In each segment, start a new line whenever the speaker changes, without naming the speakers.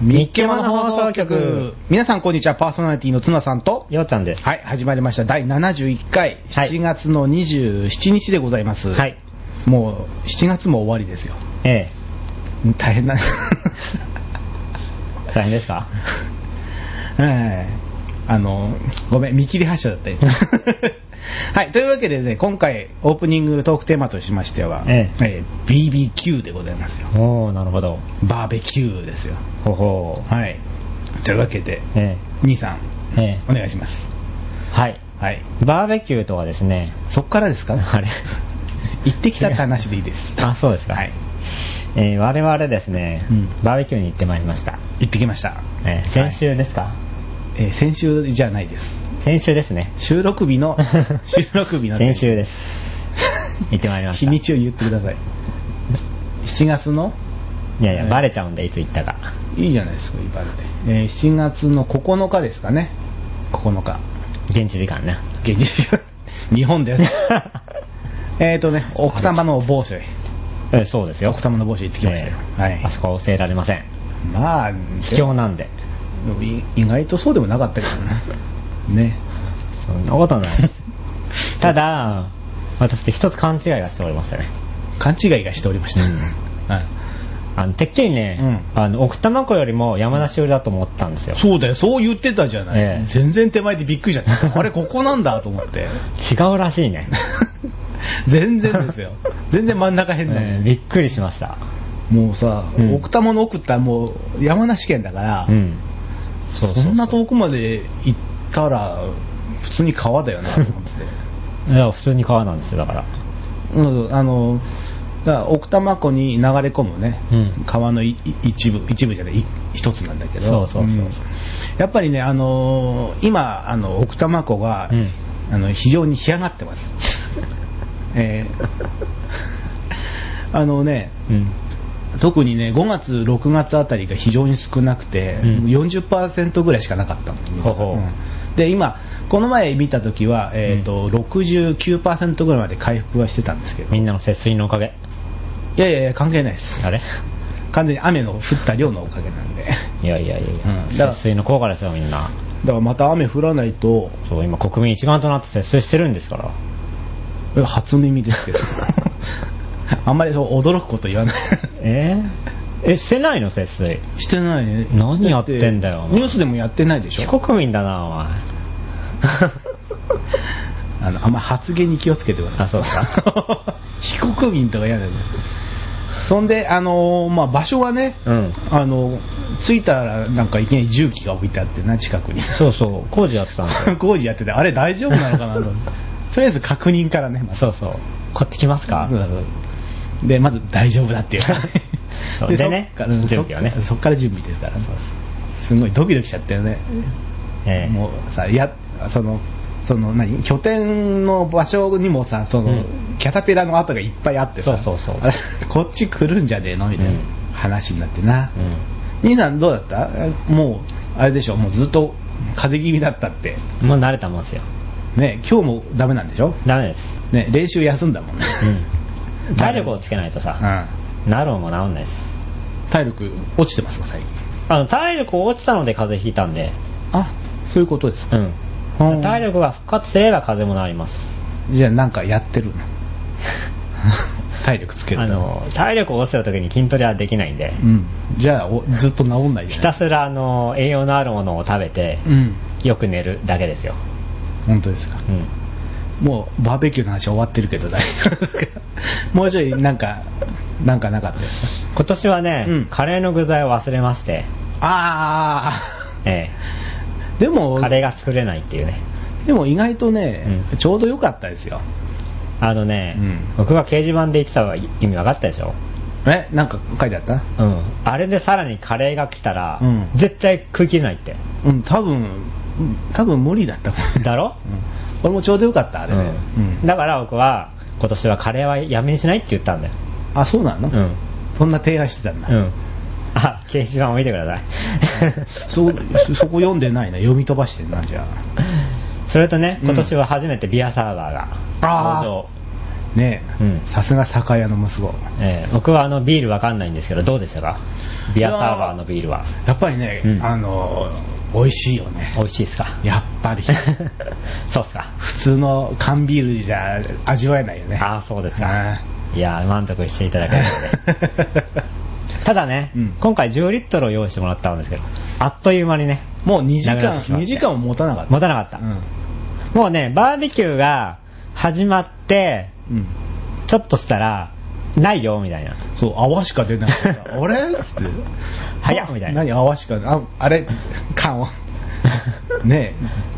ミッケマの放送局。皆さんこんにちは、パーソナリティのツナさんと、
ようちゃんです。
はい、始まりました。第71回、
はい
7月の27日でございます。
はい。
もう、7月も終わりですよ。
ええ。
大変な。
大変ですか
ええあの、ごめん、見切り発車だったよ はい、というわけでね、今回、オープニングトークテーマとしましては、
え
ええ BBQ でございますよ。
おー、なるほど。
バーベキューですよ。
ほほ
はい。というわけで、
ー。え
兄さん、
え。ええ。
お願いします。
はい。
はい。
バーベキューとはですね、
そっからですか
あれ
行ってきたって話でいいです。
あ、そうですか。
はい。
えー我々ですね、
うん
バーベキューに行ってまいりました。
行ってきました。
えー先週ですか、
えー先週じゃないです。
先週ですね。
収録日 の、収録日の
先週です。行ってまい りました。
日にちを言ってください。7月の、
いやいや、
はい
バレちゃうんで、いつ行ったか。
いいじゃないですか、今って。えー7月の9日ですかね。9日。
現地時間 な。
現実 日本 です。えっとね、奥多摩の某所へ。
えそうですよ
奥。多摩の某所行ってきましたよ。
ええ
は
あ
い。
そこは教えられません。
まあ、
卑怯なんで。
い意外とそうでもなかったけどね。ね。
そんなことないです。ただ、私一つ勘違いがしておりましたね。
勘違いがしておりました。はい
あの、てっきりね、あの、奥多摩湖よりも山梨寄りだと思ったんですよ。
そうだよ、そう言ってたじゃない。
ええ
全然手前でびっくりじゃない。 あれ、ここなんだと思って。
違うらしいね。
全然ですよ。全然真ん中辺だもん
えーびっくりしました。
もうさ、
うん
奥多摩の奥ってもう山梨県だから、
うん。
そんな遠くまで行ったら、普通に川 だよなと思って。
いや、普通に川なんですよ、だから。
うん、あの、だから奥多摩湖に流れ込むね、
うん
川のいい一部、一部じゃない、い一つなんだけど、
そうそうそうそうん
やっぱりね、あのー今、あの奥多摩湖が、
うん
あの非常に干上がって ます。えーあのね、
うん。
特にね、5月、6月あたりが非常に少なくて、
うん
40%ぐらいしかなかったの
ほうほう
うんで、今、この前見たときは、えーと69%ぐらいまで回復はしてたんですけど、
み
い
んなの節水のおかげ。
やいやいや、関係ないです。
あれ
完全に雨の降った量のおかげなん で。
いやいやいやいや、
うんだから
節水の効果ですよ、みんな。
だからまた雨降らないと、
そう、今国民一丸となって節水してるんですから。
え初耳ですけ ど、あんまりそう驚くこと言わない。
えー、え、してないの、節水。
してないね。
何やってんだよお前
ニュースでもやってないでし
非
ょ。
国民だな、お前。
あのあんま発言に気をつけてください。
あ、そうですか。
非国民とか嫌だよね。そんで、あのーまあ、場所はね、
うん。
あの着いたらなんかいきなり重機が置いてあってな、近くに。
そうそう、工事やってたんですよ。
工事やってて、あれ大丈夫なのかなと 思って。とりあえず確認からね、まず。
そうそう。こっち来ますか
そうそうで、まず大丈夫だっていう。
そうでね
そっから
準備はね
そっそっから準備ですから。すごいドキドキしちゃったよね。
ええ
もうさ、や、その、その何拠点の場所にもさ、その、
うん
キャタピラの跡がいっぱいあってさ、
そうそうそう
あれこっち来るんじゃねえのみたいな
うん
話になってな。
うん。
兄さんどうだったえもう、あれでしょ、もうずっと風邪気味だったって。
もう慣れたもんですよ。
ね、今日もダメなんでしょ
ダメです。
ね、練習休んだもんね。
うん。体力をつけないと
う
さ、
ん。
なるんも治んないです。
体力落ちてますか、最近。
あの、体力落ちたので風邪ひいたんで、
あ、そういうことですか。
うん。
うん
体力が復活すれば風邪も治ります。
じゃあなんかやってるの 体力 つける
あ
ため
の、体力を落ちた時に筋トレはできないんで、
うん。じゃあおずっと治んないじ
ひ
ゃな
た
い
すらあの、栄養のあるものを食べて、
うん。
よく寝るだけですよ。
本当ですか。
うん。
もうバーベキューの話終わってるけど大丈夫ですかもうちょいなんか、なんかなかったですか
今年はね、
うん
カレーの具材を忘れまして、
あ
え
ー。で
え
も、
カレーが作れないっていうね。
でも意外とね、
うん
ちょうど良かったですよ。
あのね、
うん
僕が掲示板で言ってた意味分かったでしょ
え、なんか書いてあった
うん。あれでさらにカレーが来たら、
うん
絶対食い切れないって。
うん、多分、うん多分無理だったもん。
だろ、
うん俺もちょうど良かった、あれね。うん
だから僕は、今年はカレーはやめにしないって言ったんだよ。
あ、そうなの
うん。
そんな提案してたんだ。
うん。あ、掲示板を見てください。
そそそこ読んでないな、読み飛ばしてんな、じゃあ。
それとね、
うん
今年は初めてビアサーバーが
あー
登場。
ねえ
うん
さすが酒屋の息子。
えー僕はあのビールわかんないんですけど、どうでしたかビアサーバーのビールは。
やっぱりね、
うん
あの、美味しいよね。
美味しいですか
やっぱり。
そうっすか。
普通の缶ビールじゃ味わえないよね。
ああ、そうですか。
あ
いやー、満足していただけたので。
ー
ただね、
うん
今回10リットルを用意してもらったんですけど、あっという間にね、
もう2時
なくなっ
間、
てしまって
2時間も持たなかった。
持たなかった。もうね、バーベキューが始まって、
うん。うん。
ちょっとしたら、ないよ、みたいな。
そう、泡しか出なかった。 あれっつって。
早っみたいな
何泡しか、ああれっつって。缶 を。ね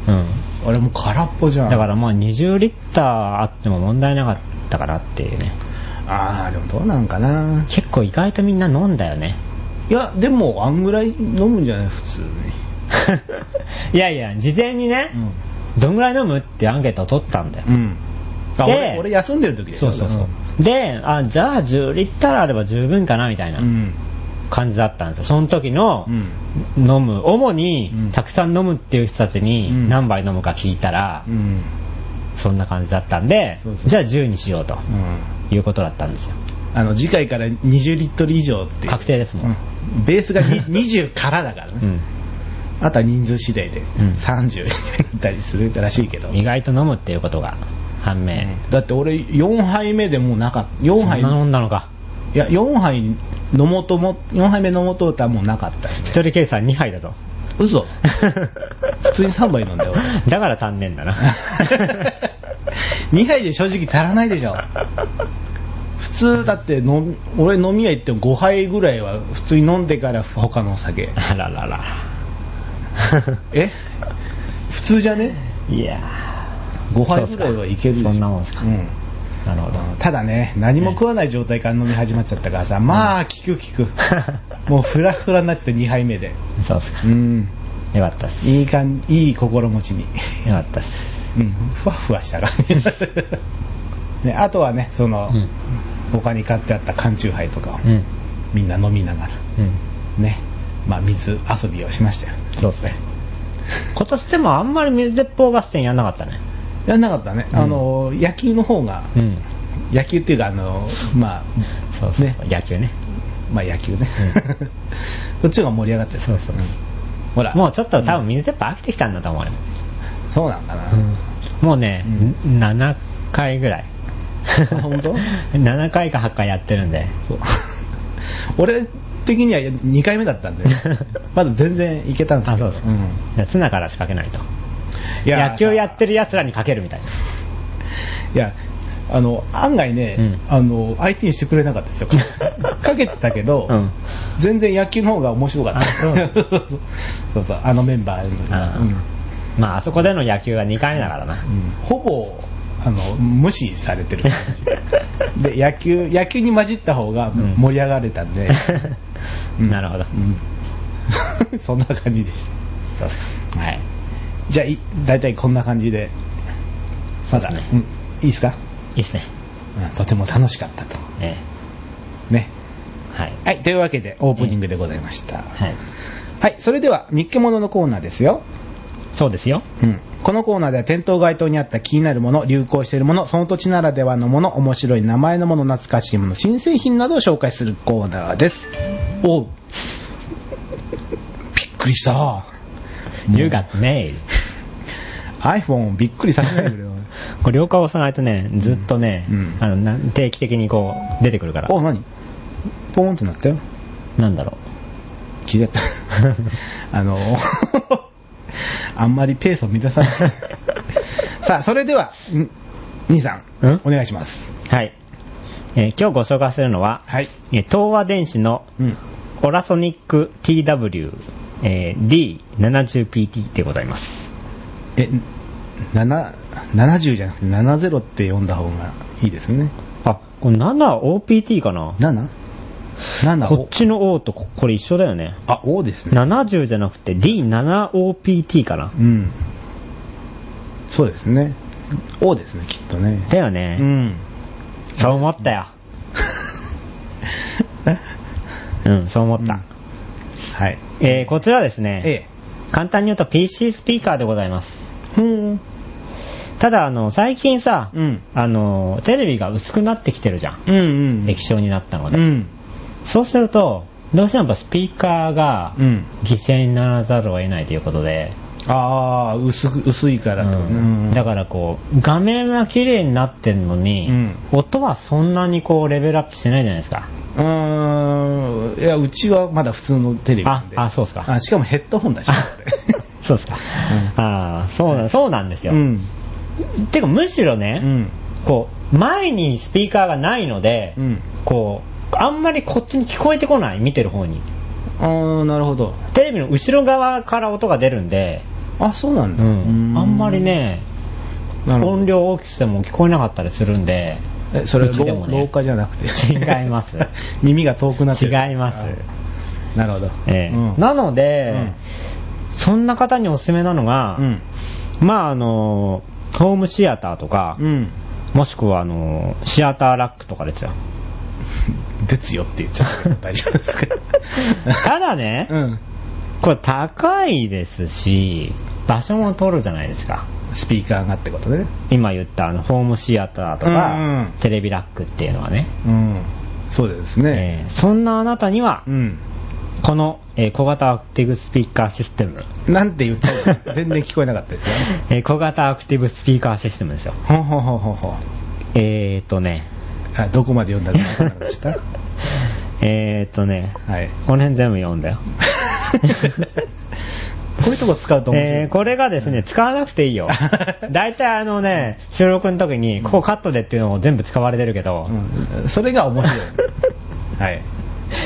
うん。
え。あれもう空っぽじゃん。
だからもう20リッターあっても問題なかったかなっていうね。
ああ、でもどうなんかな。
結構意外とみんな飲んだよ ね。
いや、でも、あんぐらい飲むんじゃない普通に。
いやいや、事前にね、どんぐらい飲むってアンケートを取ったんだよ。
うん。うん。あ
で
俺、俺休んでる時だよ
そうそうそう。で、あ、じゃあ10リッターあれば十分かなみたいな
うん。
感じだったんですよ。その時の
うん。
飲む、主に
うん
たくさん飲むっていう人たち
うん
に何杯飲むか聞いたら
う、ん。
そんな感じだったんで
そう、そう
じゃあ10にしようと
うん。
いうことだったんですよ。
あの、次回から20リットル以上っていう。
確定ですもん
うんベースがに20からだからね。
うん
あとは人数次第で
ん
30いったりするらしいけど。
意外と飲むっていうことが判明。
だって俺4杯目でもうなかった。4
そん
杯、
な飲んだのか。
いや、4杯飲もうとも、4杯目飲もうと思ったらもうなかったよね。
一人計算2杯だと。
嘘普通に3杯飲んだよ俺。
だから足んねえ んだな。
2杯で正直足らないでしょ。普通だって飲み俺飲み屋行っても5杯ぐらいは普通に飲んでから他のお酒。
あららら。
え普通じゃね
いやー。
5杯ぐらいはいけるでし
そ
ょ
うっすかそんなもんですか。
うん
なるほど。
ただね何も食わない状態から飲み始まっちゃったからさまあ効く効くもうフラフラになってて2杯目で
そうですか
う。ん
よかったっす。
いい感じいい心持ちに
よかったっす。
うんふわふわした感じねあとはねその、
うん
他に買ってあった缶チューハイとかを
うん。
みんな飲みながら
うん。
ねまあ水遊びをしましたよ
そうですね。今年でもあんまり水鉄砲合戦やんなかったね。
やんなかったね、あの野球の方が
うん。
野球っていうかあのまあ
そうそう
ね
そう。野球ね。
まあ野球ね。 そっちの方が盛り上がっちゃう。
そうそうん
ほら。
もうちょっと多分水鉄砲飽きてきたんだと思うよ。
そうなんだな。
もうね、
う
7回ぐらい。
あ本当
?7 回か8回やってるんで。
そう。 俺的には2回目だったん で、まだ全然いけたんですけど。
あそうですか
ん
じゃあツナから仕掛けないと。
いや
野球やってる奴らにかけるみたいな。
いや、あの、案外ね、
うん
あの、相手にしてくれなかったです よ。かけてたけど、
うん
全然野球の方が面白かった。
あそう
そうそう、あのメンバーの
あー
うん
まあ、あそこでの野球は2回目だからな。
ほぼあの無視されてる 感じで野球野球に混じった方が
ん
盛り上がれたん で、うん
なるほど。
うん そんな感じでし
そうです
た、はい、じゃあい大体こんな感じでまだ
そうです
うん
ね
いいですか、
いいっすね。
うんとても楽しかったと
え
ね
えはい。
はいというわけでオープニングでございました、
はい。
はいそれでは「三っけもの」のコーナーですよ
そうですよ。
うんこのコーナーでは店頭街頭にあった気になるもの、流行しているもの、その土地ならではのもの、面白い名前のもの、懐かしいもの、新製品などを紹介するコーナーです。おう。びっくりした。
You got mail。
iPhone びっくりさせないでくれよ。
これ、了解を押さないとね、ずっとね、
うん
あのな定期的にこう、出てくるから。
お、何ポーンってなったよ。
なんだろ
消えちゃ った。あの、 あんまりペースを乱 さない。さあ、それでは、ん兄さん、
うん
お願いします。
う。はい。えー今日ご紹介するのは、
はい。
えー東和電子の
うん。
オラソニック TW、えー D70PT でございます。
え、7 70じゃなくて70って読んだ方がいいですね。
あ、これ 7OPT かな
7?7
こ
を
っ。ちの O とここれ一緒だよね。
あ、O ですね。
70じゃなくて D7OPT かな
うん。そうですね。O ですね、きっとね。
だよ
う
ね、
ん。
そう思ったよ。うん、そう思った。
はい。
えーこちらですね、
A。
簡単に言うと PC スピーカーでございます。
ふーん。
ただ、あの、最近さ、
うん
あの、テレビが薄くなってきてるじゃん。
うんうん。
液晶になったの
う
で。
ん。
そうすると、どうしてもやっぱスピーカーが
うん。
犠牲にならざるを得ないということで、
ああ、薄く、薄いからと。
うんだからこう、画面は綺麗になってんのに、
うん
音はそんなにこうレベルアップしてないじゃないですか。
ら。うーん。いや、うちはまだ普通のテレビなんで。
ああそうっすか
あしかもヘッドホンだし。
そうですか。ああ、そうな、そうなんです
これ
よ。
うん。
てかむしろ
う
ね、
ん。
こう、前にスピーカーがないので、
うん。
こう、あんまりこっちに聞こえてこない、見てる方に。
ああ、なるほど。
テレビの後ろ側から音が出るんで、
あ、そうなん
う
だ。
ん、
う
あんまり、ね、
なるほど
音量を大きくしても聞こえなかったりするんで、
えそれ
うちで
廊
もね
廊下じゃなくて。
違います
耳が遠くなってる
違います
はなるほど。
ええ
うん
なので、
うん
そんな方におすすめなのが、
うん。
まああの、ホームシアターとか、
うん。
もしくはあの、シアターラックとかですよ。
ですよって言っちゃう。大丈夫ですか
た だね、
うん。
これ高いですし、場所も取るじゃないですか。
スピーカーがってことね。
今言ったあのホームシアターとか、
うんうん
テレビラックっていうのはね、
うん。そうですね。
えーそんなあなたには、
うん。
この、えー小型アクティブスピーカーシステム、
なんて言ったか 全然聞こえなかったですよ。
えー小型アクティブスピーカーシステムですよ。
ほんほんほんほんほん。
えーっとね、
あどこまで読んだかわかりま した
えーっとね、
はい。
この辺全部読んだよ。
こういうとこ使うと面白い。
えーこれがですね、使わなくて いいよ。大体あのね、収録の時に、ここカットでっていうのも全部使われてるけど、
うんそれが面白い。はい。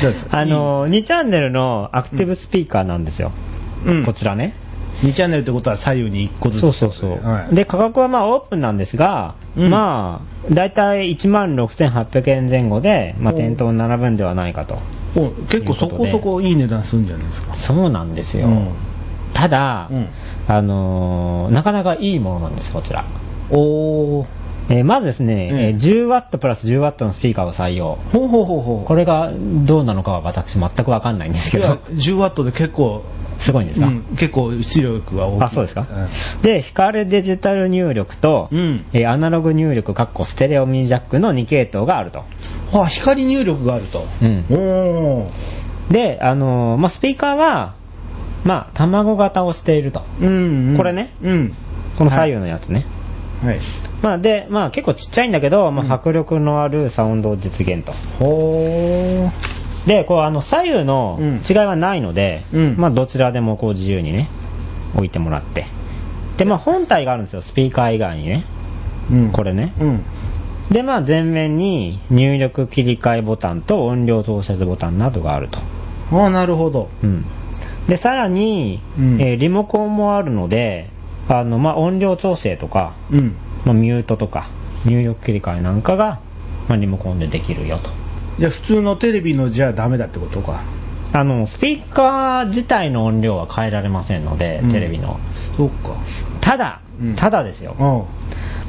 どうです
あの、2チャンネルのアクティブスピーカーなんですよ。
うん
こちらね。
2チャンネルってことは左右に1個ずつ。
そうそうそう。
はい、
で、価格はまあオープンなんですが、
うん
まあ、だいたい16,800円前後で、まあ
お
店頭に並ぶんではないかと。
お結構そこそこいい値段するんじゃないですか。
そうなんですよ。
うん
ただ、
うん
あのーなかなかいいものなんです、こちら。
おー。
えーまずですね、
うん
えー 10W プラス 10W のスピーカーを採用。
ほうほうほうほう。
これがどうなのかは私全くわかんないんですけ
いや
ど、
10ワットで結構、
すごいんです
う
か、
ん、結構出力が大きい。
あ、そうですか、で、光デジタル入力と、
うん
えーアナログ入力、かっこステレオミニジャックの2系統があると。
うん。あ、光入力があると。
うん
おー。
で、あのーまあ、スピーカーは、まあ、卵型をしていると。
うん、うん。
これね
うん。
この左右のやつね。
はい。
まあ、で、まあ、結構ちっちゃいんだけど、ま
うん
あ、迫力のあるサウンドを実現と。
ほー。
で、こう、あの、左右の
うん
違いはないので、
うん
まあ、どちらでもこう、自由にね、置いてもらって。で、まあ、本体があるんですよ、スピーカー以外にね。
うん
これね。
うん。
で、まあ、前面に入力切り替えボタンと音量調節ボタンなどがあると。
あなるほど。
うん。で、さらに、
うん
えーリモコンもあるので、あの、まあ、音量調整とか、
うん。
まあ、ミュートとか、入力切り替えなんかが、まあ、リモコンでできるよと。
じゃあ普通のテレビのじゃあダメだってことか。
あの、スピーカー自体の音量は変えられませんので、
うん
テレビの。
そうか。
ただ
うん、
ただですよ。
あ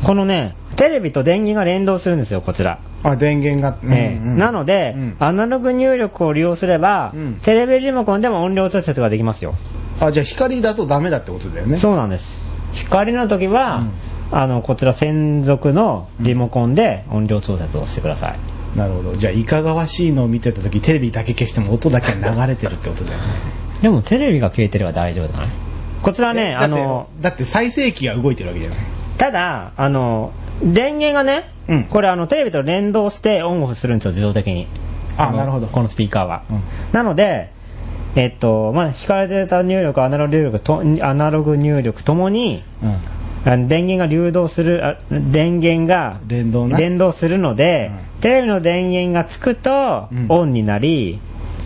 このね、テレビと電源が連動するんですよ、こちら。
あ、電源が。うん
ええ
うん
なので、
うん
アナログ入力を利用すれば、
うん
テレビリモコンでも音量調節ができますよ。
あ、じゃあ光だとダメだってことだよね。
そうなんです。光の時は、あの、こちら専属のリモコンで音量調節をしてください。
なるほど。じゃあ、いかがわしいのを見てたとき、テレビだけ消しても音だけ流れてるってことだよね。
でもテレビが消えてれば大丈夫じゃないこちらね、
だ
あ
って
の、
だって再生機が動いてるわけじゃない。
ただ、あの、電源がね、
うん
これあの、テレビと連動してオンオフするんですよ、自動的に。
あ
の
なるほど
このスピーカーは。
うん
なので、えっと、まあ、光データ入力、アナログ入力と、アナログ入力ともに、あの電源が流動する、あ電源が
連動な
連動するので、
うん
テレビの電源がつくと
うん
オンになり、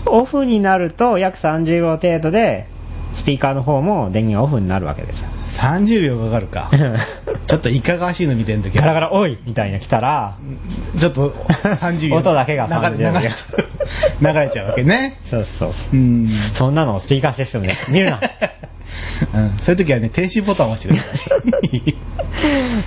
オフになると約30秒程度で、スピーカーの方も電源がオフになるわ けです。
30秒かかるか。 ちょっといかがわしいの見てるとき
ガラ
は、
ガラ、おいみたいな来たら、
ちょっと30秒。
音だけが30
流
秒
れちゃう流れちゃうわけね。
そうそうそ
う
う
ん。。
そんなのをスピーカーシステムで見るな
うん、そういう時はね、停止ボタンを押 してください。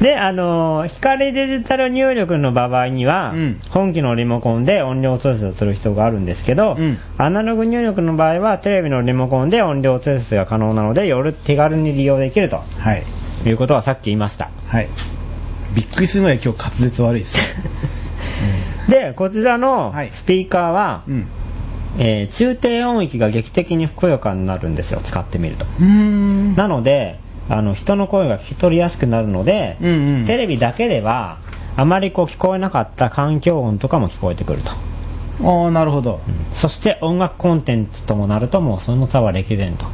で、あのー光デジタル入力の場合には、
うん
本機のリモコンで音量調節をする必要があるんですけど、
うん
アナログ入力の場合は、テレビのリモコンで音量調節が可能なので、より手軽に利用できると
はい。
いうことはさっき言いました。
はい。びっくりするぐらい今日滑舌悪いですね。
で、こちらの
はい
スピーカーは、
うん。
えー中低音域が劇的にふくよかになるんですよ、使ってみると。
うーん。
なので、あの人の声が聞き取りやすくなるので、
うんうん。
テレビだけでは、あまりこう聞こえなかった環境音とかも聞こえてくると。
ああ、なるほど。
そして音楽コンテンツともなるともうその差は歴然と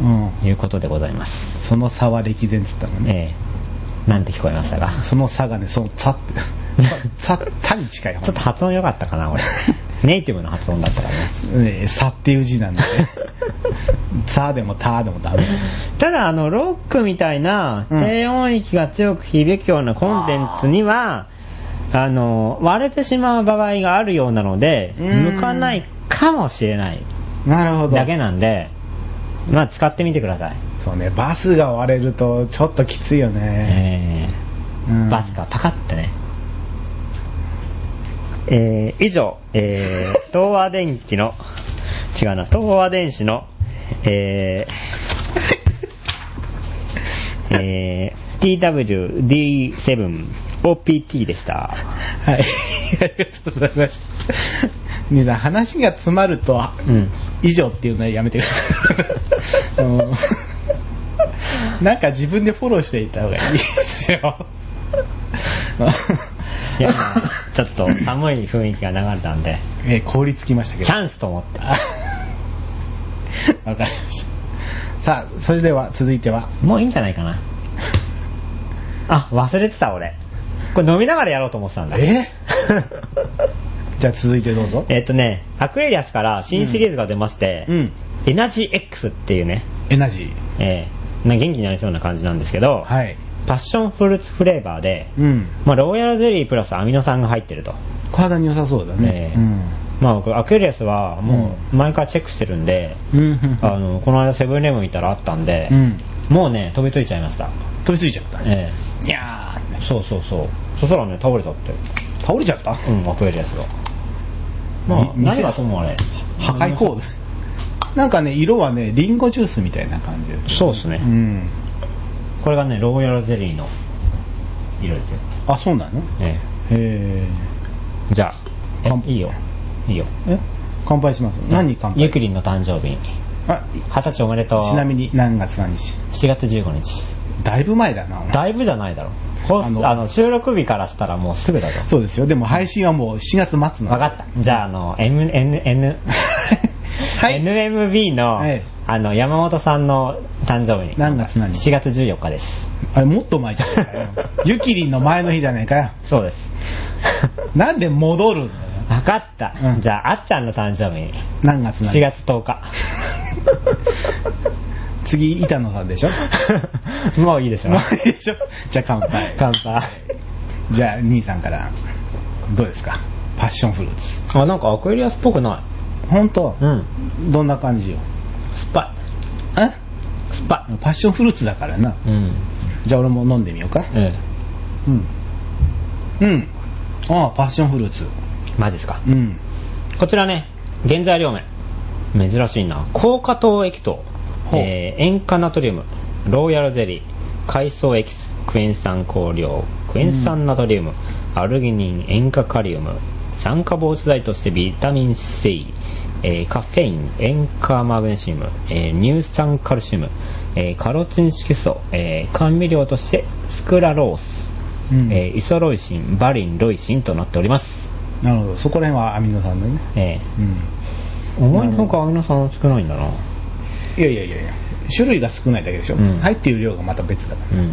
うん。
いうことでございます。
その差は歴然って言ったのね。
ええなんて聞こえましたか
その差がね、その 差って、差、差に近い
ちょっと発音良かったか な、俺。ネイティブの発音だったからね。
えー差っていう字なんで、ね、差でも他でもダメ。
ただ、あの、ロックみたいな
うん
低音域が強く響くようなコンテンツには、あの、割れてしまう場合があるようなので、
うーん
向かないかもしれない
なるほど。
だけなんで、まあ使ってみてください。
そうね、バスが割れるとちょっときついよね。
ええ
うん
バス。がパカってね。えー以上、えー東和電機の、 違うな、東和電子の、えー えー TWD7OPT でした。
はい。 ありがとうございました。兄さん、話が詰まると、
うん。
以上っていうのはやめてください。うんなんか自分でフォローしていた方がいいですよ。
いや、ちょっと寒い雰囲気が流れた んで、
えー凍りつきましたけど
チ。ャンスと思って。
あ わかりました。さあ、それでは続いては、
もういいんじゃないかな。あ、忘れてた俺。これ飲みながらやろうと思ってたんだ。
え じゃあ続いてどうぞ。
えっとね、アクエリアスから新シリーズが出まして、
うん。
エナジー X っていうね、
エナジー。
えーな元気になりそうな感じなんですけど、
はい。
パッションフルーツフレーバーで、
うん。
まあ、ローヤルゼリープラスアミノ酸が入ってると。
体に良さそうだね
え。えまあ、僕、アクエリアスはもう毎回チェックしてるんで、
うん。うんうん
あのこの間セブンイレブン行ったらあったんで、
うん。
もうね、飛びついちゃいました。
飛びついちゃった。
え
いや
えそうそうそう。そしたらね、倒れちゃって。
ー、倒れちゃった。
うん、アクエリアスが。まあ、
み
何がともあれ。
破壊コード。なんかね、色はね、リンゴジュースみたいな感じで。
そうですね。
うん。
これがね、ローヤルゼリーの色ですよ。
あ、そうなのへ
え
え。
え、じゃあ、
乾
えいいよ。いいよ。
え乾杯します。何乾杯
ゆくりんの誕生日に。
あ、
二十歳おめでとう。
ちなみに何月何日
7月15日。
だいぶ前だな。
だいぶじゃないだろ。こう
あ
あ
の
の収録日からしたらもうすぐだぞ。
そうですよ。でも配信はもう4月末なの。
わかった。じゃあ、あの、M、N、N、
はい。
NMB の、
はい
あの、山本さんの誕生日に。
何月何日
?7 月14日です。
あれ、もっと前じゃないか よ。ゆきりんの前の日じゃないかよ。
そうです。
なんで戻るんだよ。
わかった。
うん
じゃあ、あっちゃんの誕生日に。
何月何
4
日
月10日。
次、板野さんで しょ
もういいでしょ
も。ういいでしょじゃあ乾杯。
乾杯。
じゃあ、兄さんから、どうですかパッションフルーツ。
あ、なんかアクエリアスっぽくな
ほんと
い。、うん。
どんな感じよ。
酸っ
え
ぱい。酸っぱ
パッションフルーツだからな。
い。うん。
じゃあ俺も飲んでみようか。
ええ。
うん。うん。ああ、パッションフルーツ。
マジですか。
うん。
こちらね、原材料名。珍しいな。高果糖液糖、
ほう
えー、塩化ナトリウム、ローヤルゼリー、海藻エキス、クエン酸香料、クエン酸ナトリウム、アルギニン、塩化カリウム、酸化防止剤としてビタミン C、えーカフェイン、塩化マグネシウム、えー乳酸カルシウム、えーカロチン色素、えー甘味料としてスクラロース、
うん。
えーイソロイシン、バリン、ロイシンとなっております。
なるほど。そこら辺はアミノ酸だね。
えー
うん。
お前なんかアミノ酸少ないんだな。
いやいやいやいや。種類が少ないだけでしょ。
うん
入っている量がまた別だから。
うん。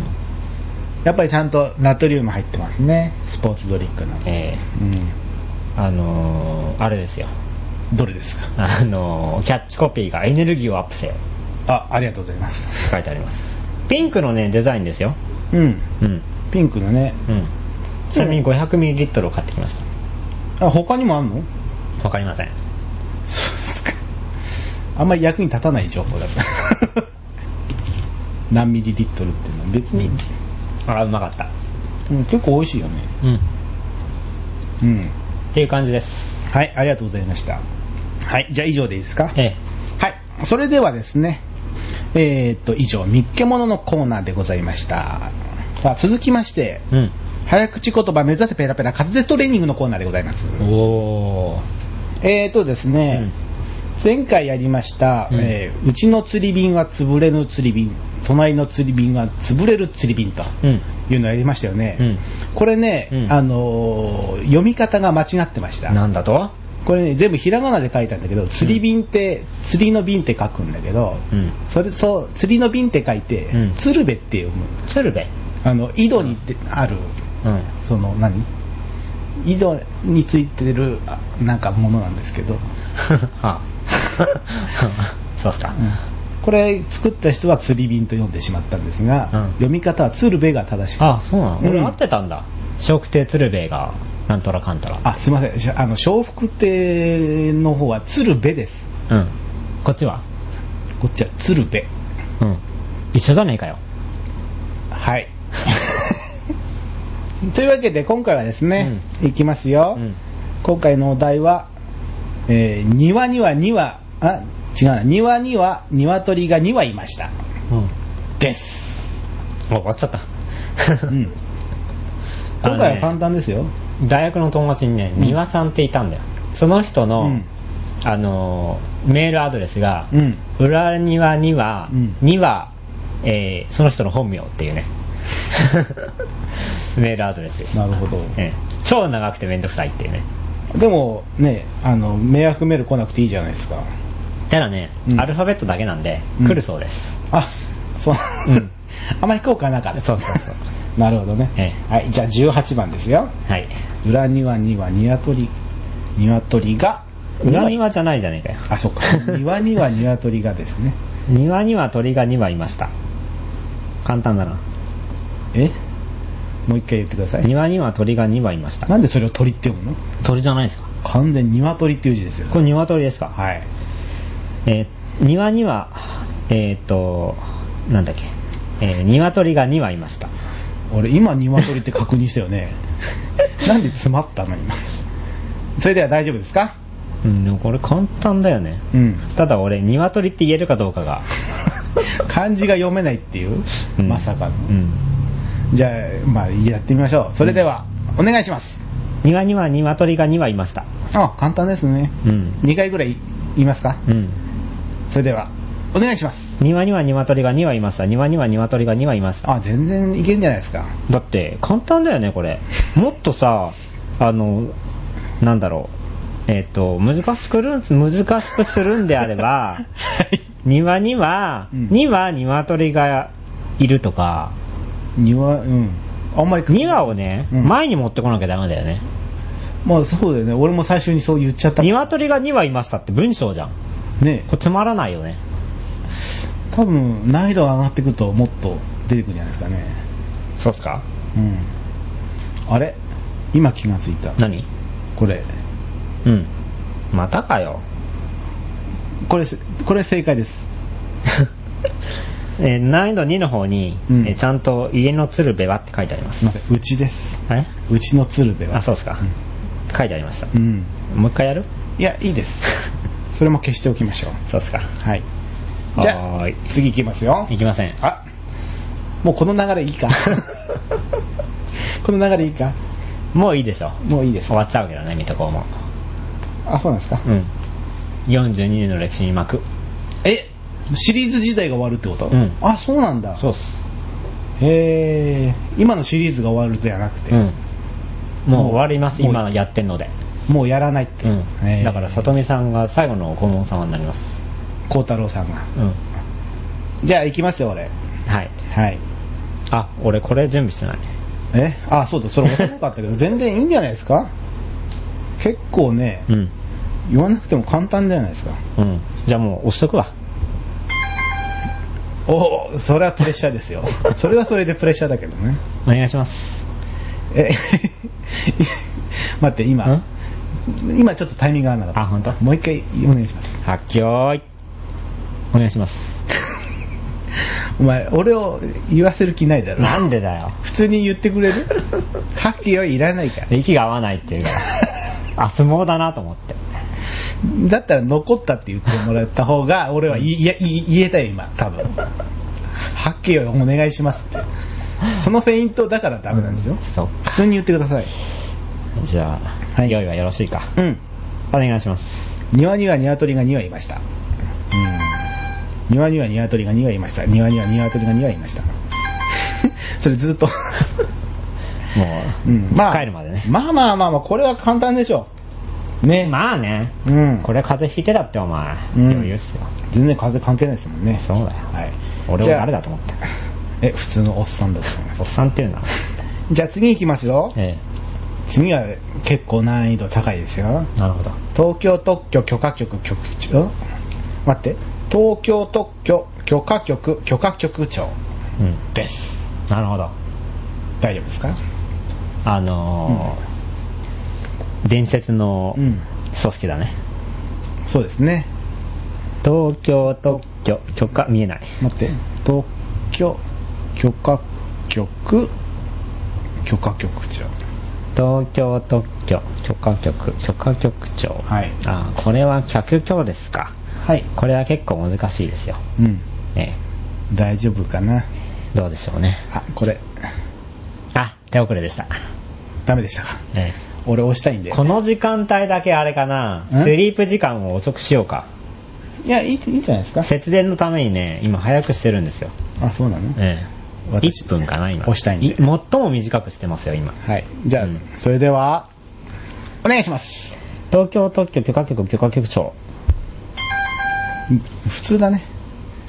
やっぱりちゃんとナトリウム入ってますね。スポーツドリンクの。
え
うん。
ー、あのー、あれですよ。
どれですか
あのー、キャッチコピーがエネルギーをアップせよっ
あ、ありがとうございます。
て書いてあり ます。ピンクのね、デザインですよ。
うん。
うん。
ピンクのね。
うん。ちなみに 500ml を買ってきました。
あ、他にもあんの
わかりません。
そうですか。あんまり役に立たない情報だった。 何ミリリットルっていうのは別に、
あ、うまかった。
うん結構美味しいよね。
うん。っ
うん。
ていう感じです。
はい、ありがとうございました。はい、じゃあ以上でいいですか
え
はい、それではですね、えー、っと、以上、みっけもののコーナーでございました。さあ、続きまして、
え。うん。
早口言葉目指せペラペラ滑舌トレーニングのコーナーでございます。
おー。
えー、っとですね、
うん
前回やりました、
うん
えーうちの釣り瓶は潰れぬ釣り瓶、隣の釣り瓶は潰れる釣り瓶と
うん。
いうのをやりましたよね。
うん
これね、
うん
あのー読み方が間違ってました。
なんだと
これね、全部ひらがなで書いたんだけど、釣り瓶って、釣りの瓶って書くんだけど、
うん。
それそう釣りの瓶って書いて、
うん
鶴瓶って読む
鶴瓶。
あの井戸にってある
うん。
その何井戸についてるあなんかものなんですけど、
はあ。そうっすか。
これ作った人は釣り瓶と読んでしまったんですが、
うん
読み方は鶴瓶が正しくあ
あ、そうなの俺
うん
合ってたんだ。食亭鶴瓶が、なんとらかんとら。
すいませんしあの笑福亭の方は鶴瓶です
うん。こっちは
こっちは鶴瓶
うん。一緒じゃねえかよ。
はいというわけで今回はですね、いきますよ、
うん。
今回のお題は、えー庭には2羽、あ、違うな、庭には鶏が2羽いました。
うん。
です。
あ終わっちゃった。
うん。
あ
今
のね
回は簡単ですよ。
大学の友達にね、丹羽さんっていたんだよ。その人の、
うん
あのーメールアドレスが、
うん。
裏庭には、
うん
には、えーその人の本名っ ていうね、メールアドレスでした。
なるほど。
ええ超長くてめんどくさいっていうね。
でも、ね、あの、迷惑メール来なくていいじゃないですか。
ただね、
うん
アルファベットだけなんで、
うん
来るそうです。
あ、そう、
うん
あまり効果なかった。
そうそうそう。
なるほどね。
え
はい、じゃあ18番ですよ。
はい。
裏庭には鶏、鶏が、
裏庭じゃないじゃねえかよ。
あ、そっか。庭には鶏がですね。
庭には鳥が2羽いました。簡単だな。
えもう一回言ってください。
庭には鳥が2羽いました。
なんでそれを鳥って読むの
鳥じゃないですか
完全に鶏っていう字ですよ。
これ鶏ですか
はい。
えー庭には、えっ、と、なんだっけ、えー鶏が2羽いました。
俺、今、鶏って確認したよ ね。 なんで詰まったの、今。それでは大丈夫ですか
うん、でもこれ簡単だよね。
うん。
ただ俺、鶏って言えるかどうかが。
漢字が読めないっていう、
うん
まさかの。
うん。
じゃあ、まあ、やってみましょう。それでは、お願いします。
庭には鶏が2羽いました。
あ、簡単ですね。
うん。
2回ぐらい言いますか
うん。
それでは、お願いします。
庭には鶏が2羽いました。庭には鶏が2羽いました。
あ、全然いけんじゃないですか。
だって、簡単だよね、これ。もっとさ、あの、なんだろう。えっ、と、難しくるん、難しくするんであれば、
はい。
庭には、
うん
には鶏がいるとか、
庭、うん。あんまり、
2羽をね、
うん
前に持ってこなきゃダメだよね。
まあ、そうだよね。俺も最初にそう言っちゃった。ね
鶏が2羽いましたって文章じゃん。こ
え
れつまらないよね。
多分難易度が上がってくるともっと出てくるんじゃないですかね
そうっすか
うんあれ今気がついた
何
これ
うん。またかよ。
これこれ正解 です
えー難易度2の方に、
うん
えーちゃんと家の鶴瓶はって書いてありますす
い。ませんうちです
え
うちの鶴瓶は
あ、そうっすか。書いてありました。
うん
もう一回やる
いやいいです それも消しておきましょう
そうっすか。
はいじゃあ
はーい。
次いきますよ
いきません。
あもうこの流れいい かこの流れいいか
もういいでしょ。
もういいです
終わっちゃうけどね、水戸黄門。
あそうなんですか、
うん。42年の歴史に巻く。
えシリーズ自体が終わるってこと、
うん
あそうなんだ
そうっす。
へえ今のシリーズが終わるではなくて、
うん。もう終わります、
もう
今やってんので。
もうやらないって、
うん
えー
だから、里見さんが最後の顧問様になります。
孝太郎さんが
うん。
じゃあ行きますよ俺
はい。
はい
あ、俺これ準備してない。
えあそうだそれ押さなかったけ ど全然いいんじゃないですか結構ね
うん。
言わなくても簡単じゃないですか
うん。じゃあもう押しとくわ。
おおそれはプレッシャーですよ それはそれでプレッシャーだけどね
お願いします。
え 待って今
ん
今ちょっとタイミングが合わなか
あ、
っ
ほんと
たもう一回お願いします
はっきょーい。お願いします。
お前、俺を言わせる気ないだろ。
なんでだよ。
普通に言ってくれ るはっきりはいらないから。
息が合わないっていう から。あ、相撲だなと思って。
だったら残ったって言ってもらった方が、俺はいいやい言えたよ、今、多分。はっきりお願いしますって。そのフェイントだからダメなんですよ。
そう。
普通に言ってください。
じゃあ、
はい
用意はよろしいか。
うん。
お願いします。
庭には鶏が2羽いました。うん。庭には鶏が2羽いました。庭には鶏が2羽いました。 それずっ と。
もう、
うん。まあ、
帰るまでね。
まあまあまあまあ、これは簡単でしょう。ね。
まあね、
うん。
これ風邪ひいてたってお前、
うん
余裕っすよ。
全然風関係ないですもんね。
そうだよ
はい。
俺
じ
は
ゃあ
誰だと思って。
え、普通のおっさんだと思います。
おっさんっていう のは。
じゃあ次行きますよ。
え
次は結構難易度高いですよ。
え、なるほど。
東京特許許可局局長ん待って。東京特許許可局許可局長
うん。
です。
なるほど。
大丈夫ですか
あのー伝説の
うん
組織だね。
そうですね。
東京特許許可見えない。
待って。東京許可局許可局長。
東京特許許可局許可局長。
はい
あーこれは客長ですか。
はい。
これは結構難しいですよ。
うん。
え
大丈夫かな。
え、どうでしょうね。
あ、これ、
あ、手遅れでした。
ダメでしたか。
え
俺押したいん
え、
で。
この時間帯だけあれかな、
ん
スリープ時間を遅くしようか。
いや、いいいいんじゃないですか。
節電のためにね、今早くしてるんですよ。
あ、そうなの
ええ、
私
1分かな、今。
押したいんで
最も短くしてますよ、今。
はい。じゃあ、
うん
それでは、お願いします。
東京特許許可局許可局長。
普通だね。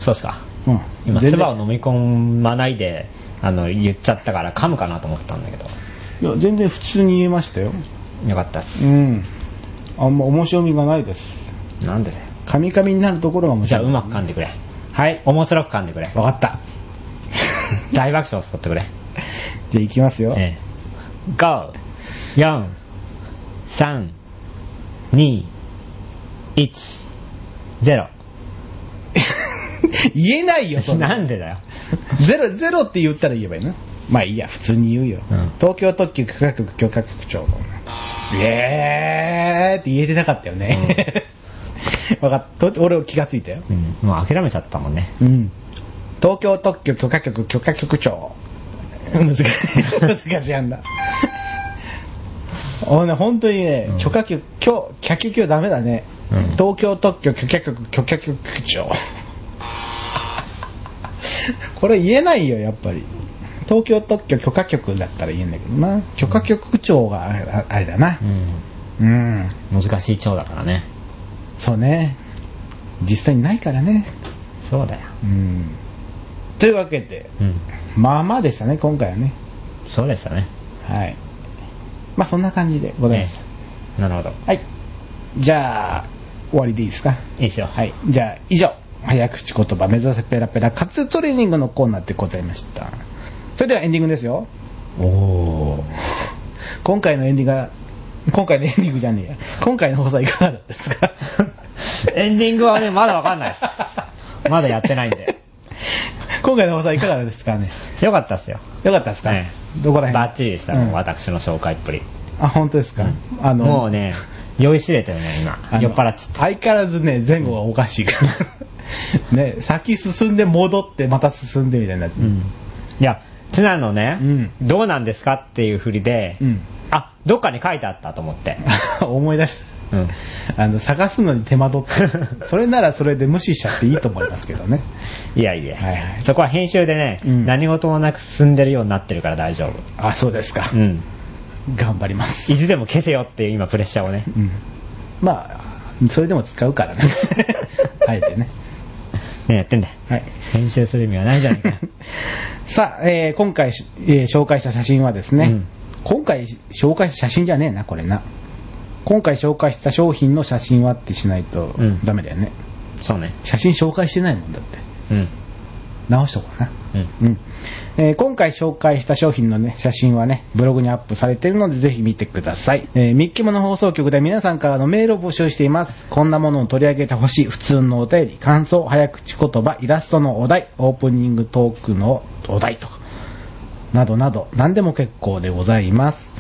そうですか。
うん。
今、
全
唾
然
を飲み込まないで、あの、言っちゃったから噛むかなと思ったんだけど。
いや、全然普通に言えましたよ。
よかったっす。
うん。あんま面白みがないです。
なんでだよ。
カミカミになるところが面
じゃあ、
白い。
うまく噛んでくれ。
はい。
面白く噛んでくれ。
わかった。
大爆笑を取ってくれ。
じゃあ、いきますよ。
ええ、5、4、3、2、1、0。
言えないよ、それ
なんでだよ。
ゼロ、ゼロって言ったら言えばいいな。まあいいや、普通に言うよ。
うん
東京特許許可局許可局長。えーって言えてなかったよね。 わかった。と俺気がついたよ。
うん、もう諦めちゃったもんね。
うん。東京特許許可局許可局長。 難しい。難しい案だ。 おね、本当にね、
うん
許可局、今日、キャキキダメだね。
うん
東京特許許可局許可局長。 これ言えないよ、やっぱり。東京特許許可局だったら言えんだけどな。許可局長があれああれだな。うん。
うん、難しい蝶だからね。
そうね。実際にないからね。
そうだよ。
うん。というわけで、
うん、
まあまあでしたね、今回はね。
そうでしたね。
はい。まあそんな感じでございました。
ええなるほど。
はい。じゃあ、終わりでいいですか
いいですよ。
はい。じゃあ、以上、早口言葉目指せペラペラ活動トレーニングのコーナーでございました。それではエンディングですよ。
おー。
今回のエンディングは、今回のエンディングじゃねえや。今回の放送いかがだったですか
エンディングはね、まだわかんないです。まだやってないんで。
今回の放送いかがですかね
よかったっすよ。
よかったですか、
え
どこら辺
バッチリでした、
うん
もう私の紹介っぷり。
あ、本当ですか、あの、
もうね、酔いしれてるね、
あ
今。
の
酔っ払っちゃっ
相変わらずね、前後がおかしいから。 ね、先進んで戻ってまた進んでみたいになって
た。うん。いや、ツナのね、
うん
どうなんですかっていう振りで、
うん
あ、どっかに書いてあったと思って。
思い出し
うん。
た。あの、探すのに手間取 って。それならそれで無視しちゃっていいと思いますけどね。
いやいや、
はいはい
そこは編集でね、
うん
何事もなく進んでるようになってるから大丈夫。
あ、そうですか。
うん。
頑張ります。
いつでも消せよっていう今プレッシャーをね。
うん。まあ、それでも使う からね。あえてね。
ね、やってんだよ。
はい。
編集する意味はないじゃない か。
さあ、えー今回し、えー紹介した写真はですね、
うん
今回紹介した写真じゃねえな、これな。今回紹介した商品の写真はってしないと
うん
ダメだよね。
そうね。
写真紹介してないもんだって。
うん。
直しとこうな。
うん。
うん。えー今回紹介した商品のね、写真はね、ブログにアップされているので、ぜひ見てください。えー、ミッキーモの放送局では皆さんからのメールを募集しています。こんなものを取り上げてほしい、普通のお便り、感想、早口言葉、イラストのお題、オープニングトークのお題とか、などなど、何でも結構でございます。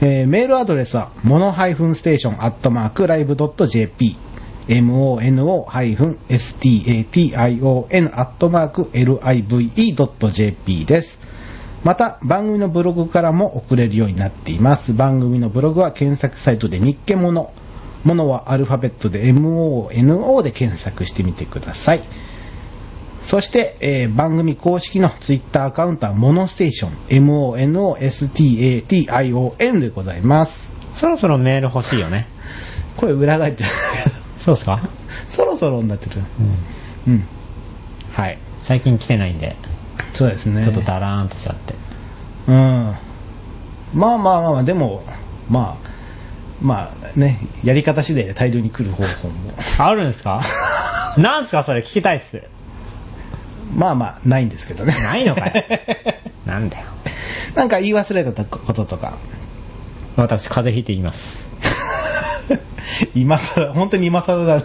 えーメールアドレスは、モノ -station-live.jp、mono-station-live.jp です。また、番組のブログからも送れるようになっています。番組のブログは検索サイトで日経モノ、モノはアルファベットで mono で検索してみてください。そして、えー番組公式のツイッターアカウントはモノステーション monostation でございます。
そろそろメール欲しいよね。
これ裏返っちゃう。
そうっすか、
そろそろになってる。うん。はい。
最近来てないんで、
そうですね。
ちょっとダラーンとしちゃって。
うん。まあまあまあまあ、でも、まあ、まあね、やり方次第で大量に来る方法も、
あるんです かなんすかそれ聞きたいっす。
まあまあ、ないんですけどね。
ないのかいなんだよ。
なんか言い忘れたこととか。
私、風邪ひいています。
今更、本当に今更だ。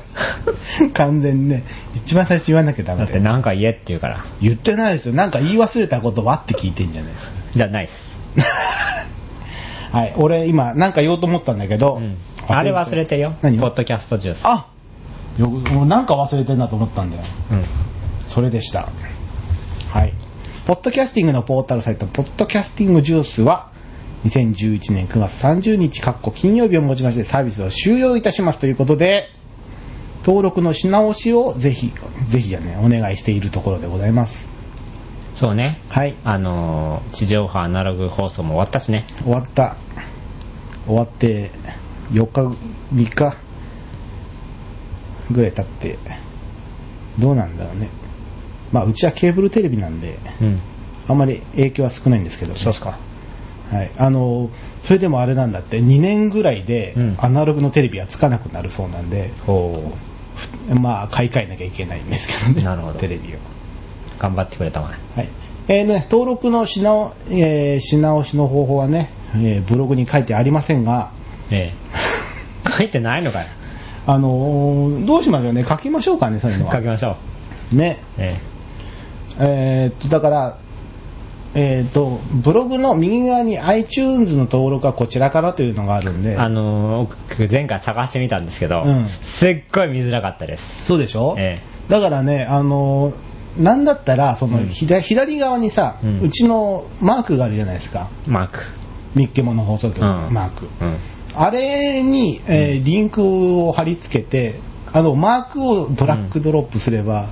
完全にね、一番最初言わなきゃダ
だ
メ
っ
だ
て
よ。
なんか言えって言うから。
言ってないですよ。なんか言い忘れたことはって聞いてんじゃないですか。
じゃあないっす。
はい、俺今、なんか言おうと思ったんだけど、
うんあれ忘れてよ。ポ
何
ッドキャストジュース。
あよ俺なんか忘れてんなと思ったんだよ。
うん。
それでした。はい。ポッドキャスティングのポータルサイト、ポッドキャスティングジュースは、2011年9月30日、かっこ金曜日をもちましてサービスを終了いたしますということで、登録のし直しをぜひ、ぜひじゃね、お願いしているところでございます。
そうね。
はい。
あのー、地上波アナログ放送も終わったしね。
終わった。終わって、4日、3日ぐらい経って、どうなんだろうね。まあ、うちはケーブルテレビなんで、
うん。
あんまり影響は少ないんですけど、ね、
そうっすか。
はい、あのそれでもあれなんだって2年ぐらいで
うん
アナログのテレビはつかなくなるそうなんで、
ほ
まあ買い替えなきゃいけないんですけどね
なるほど
テレビを、
う。頑張ってくれたまえ。
はいえーね、登録のし直,、えーし直しの方法はね、えーブログに書いてありませんが
ええ。 書いてないのかよ。
あのーどうしましょうね書きましょうかねそういうのは
書きましょう。
ね
え
えーっとだから、えーっとブログの右側に iTunes の登録はこちらからというのがあるん
え。
で
あのー、僕前回探してみたんですけど、
うん
すっごい見づらかったです。
そうでしょ、
え
だからね、あのなんだったら、その
うん
左,、左側にさ、
う
うんちのマークがあるじゃないですか、
え。マーク。
ミッケモの放送局の
うん
マーク、
うん。
あれに、えーリンクを貼り付けて、あのマークをドラッグドロップすれば、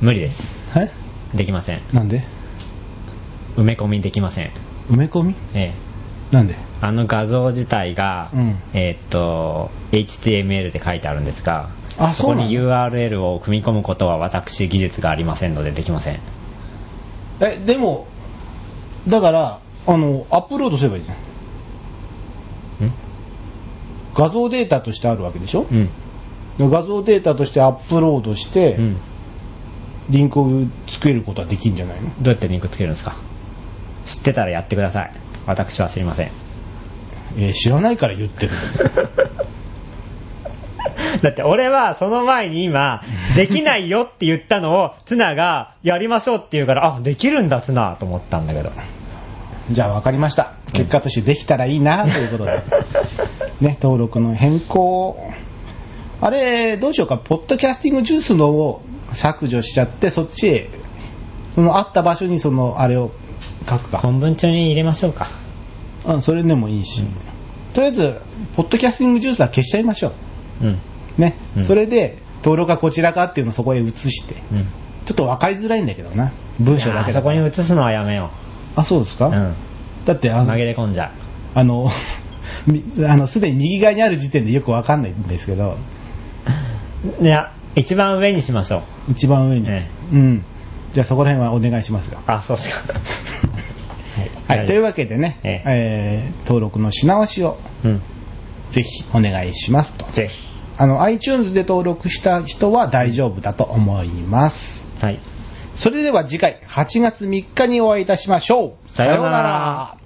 無理です。
え
できません。
なんで
埋め込みできません。
埋め込み
ええ。
なんで
あの画像自体が、
うん
えーっと、HTML で書いてあるんですが、
あ
そこ
そうなの
に URL を組み込むことは私技術がありませんのでできません。
えでも、だからあの、アップロードすればいいじゃん、画像データとしてあるわけでしょ、
うん。
画像データとしてアップロードして、
うん。
リンクを作ることはできるんじゃないの
どうやってリンクつけるんですか知ってたらやってください。私は知りません。
えー知らないから言 ってる。
だって俺はその前に今、できないよって言ったのを、ツナがやりましょうって言うから、あ、できるんだツナと思ったんだけど。
じゃあ分かりました。結果としてできたらいいなということで。ね、登録の変更をあれ、どうしようか。ポッドキャスティングジュースのを削除しちゃって、そっちへ、そのあった場所にその、あれを書くか。
本文中に入れましょうか。
うん、それでもいいし。とりあえず、ポッドキャスティングジュースは消しちゃいましょ
うん。
う。ね。
うん
それで、登録がこちらかっていうのをそこへ移して。
うん。
ちょっと分かりづらいんだけどな。文章だ
あ
けだ
そ
か
こ
ら
に移すのはやめよ
あ、そうですか、
う。うん。
だって、あの
紛、れ込んじゃう。
あの、 みあの、すでに右側にある時点でよくわかんないんですけど、
いや、一番上にしましょう。
一番上に。
え
うん。じゃあそこら辺はお願いしますが。
あ、そうっすか。
はい。という
わ
わけでね、
え
えー登録のし直しを
けうん。
ぜひお願いしますと。
ぜひ。
あの、iTunes で登録した人は大丈夫だと思います。
はい。
それでは次回8月3日にお会いいたしましょう。
さようなら。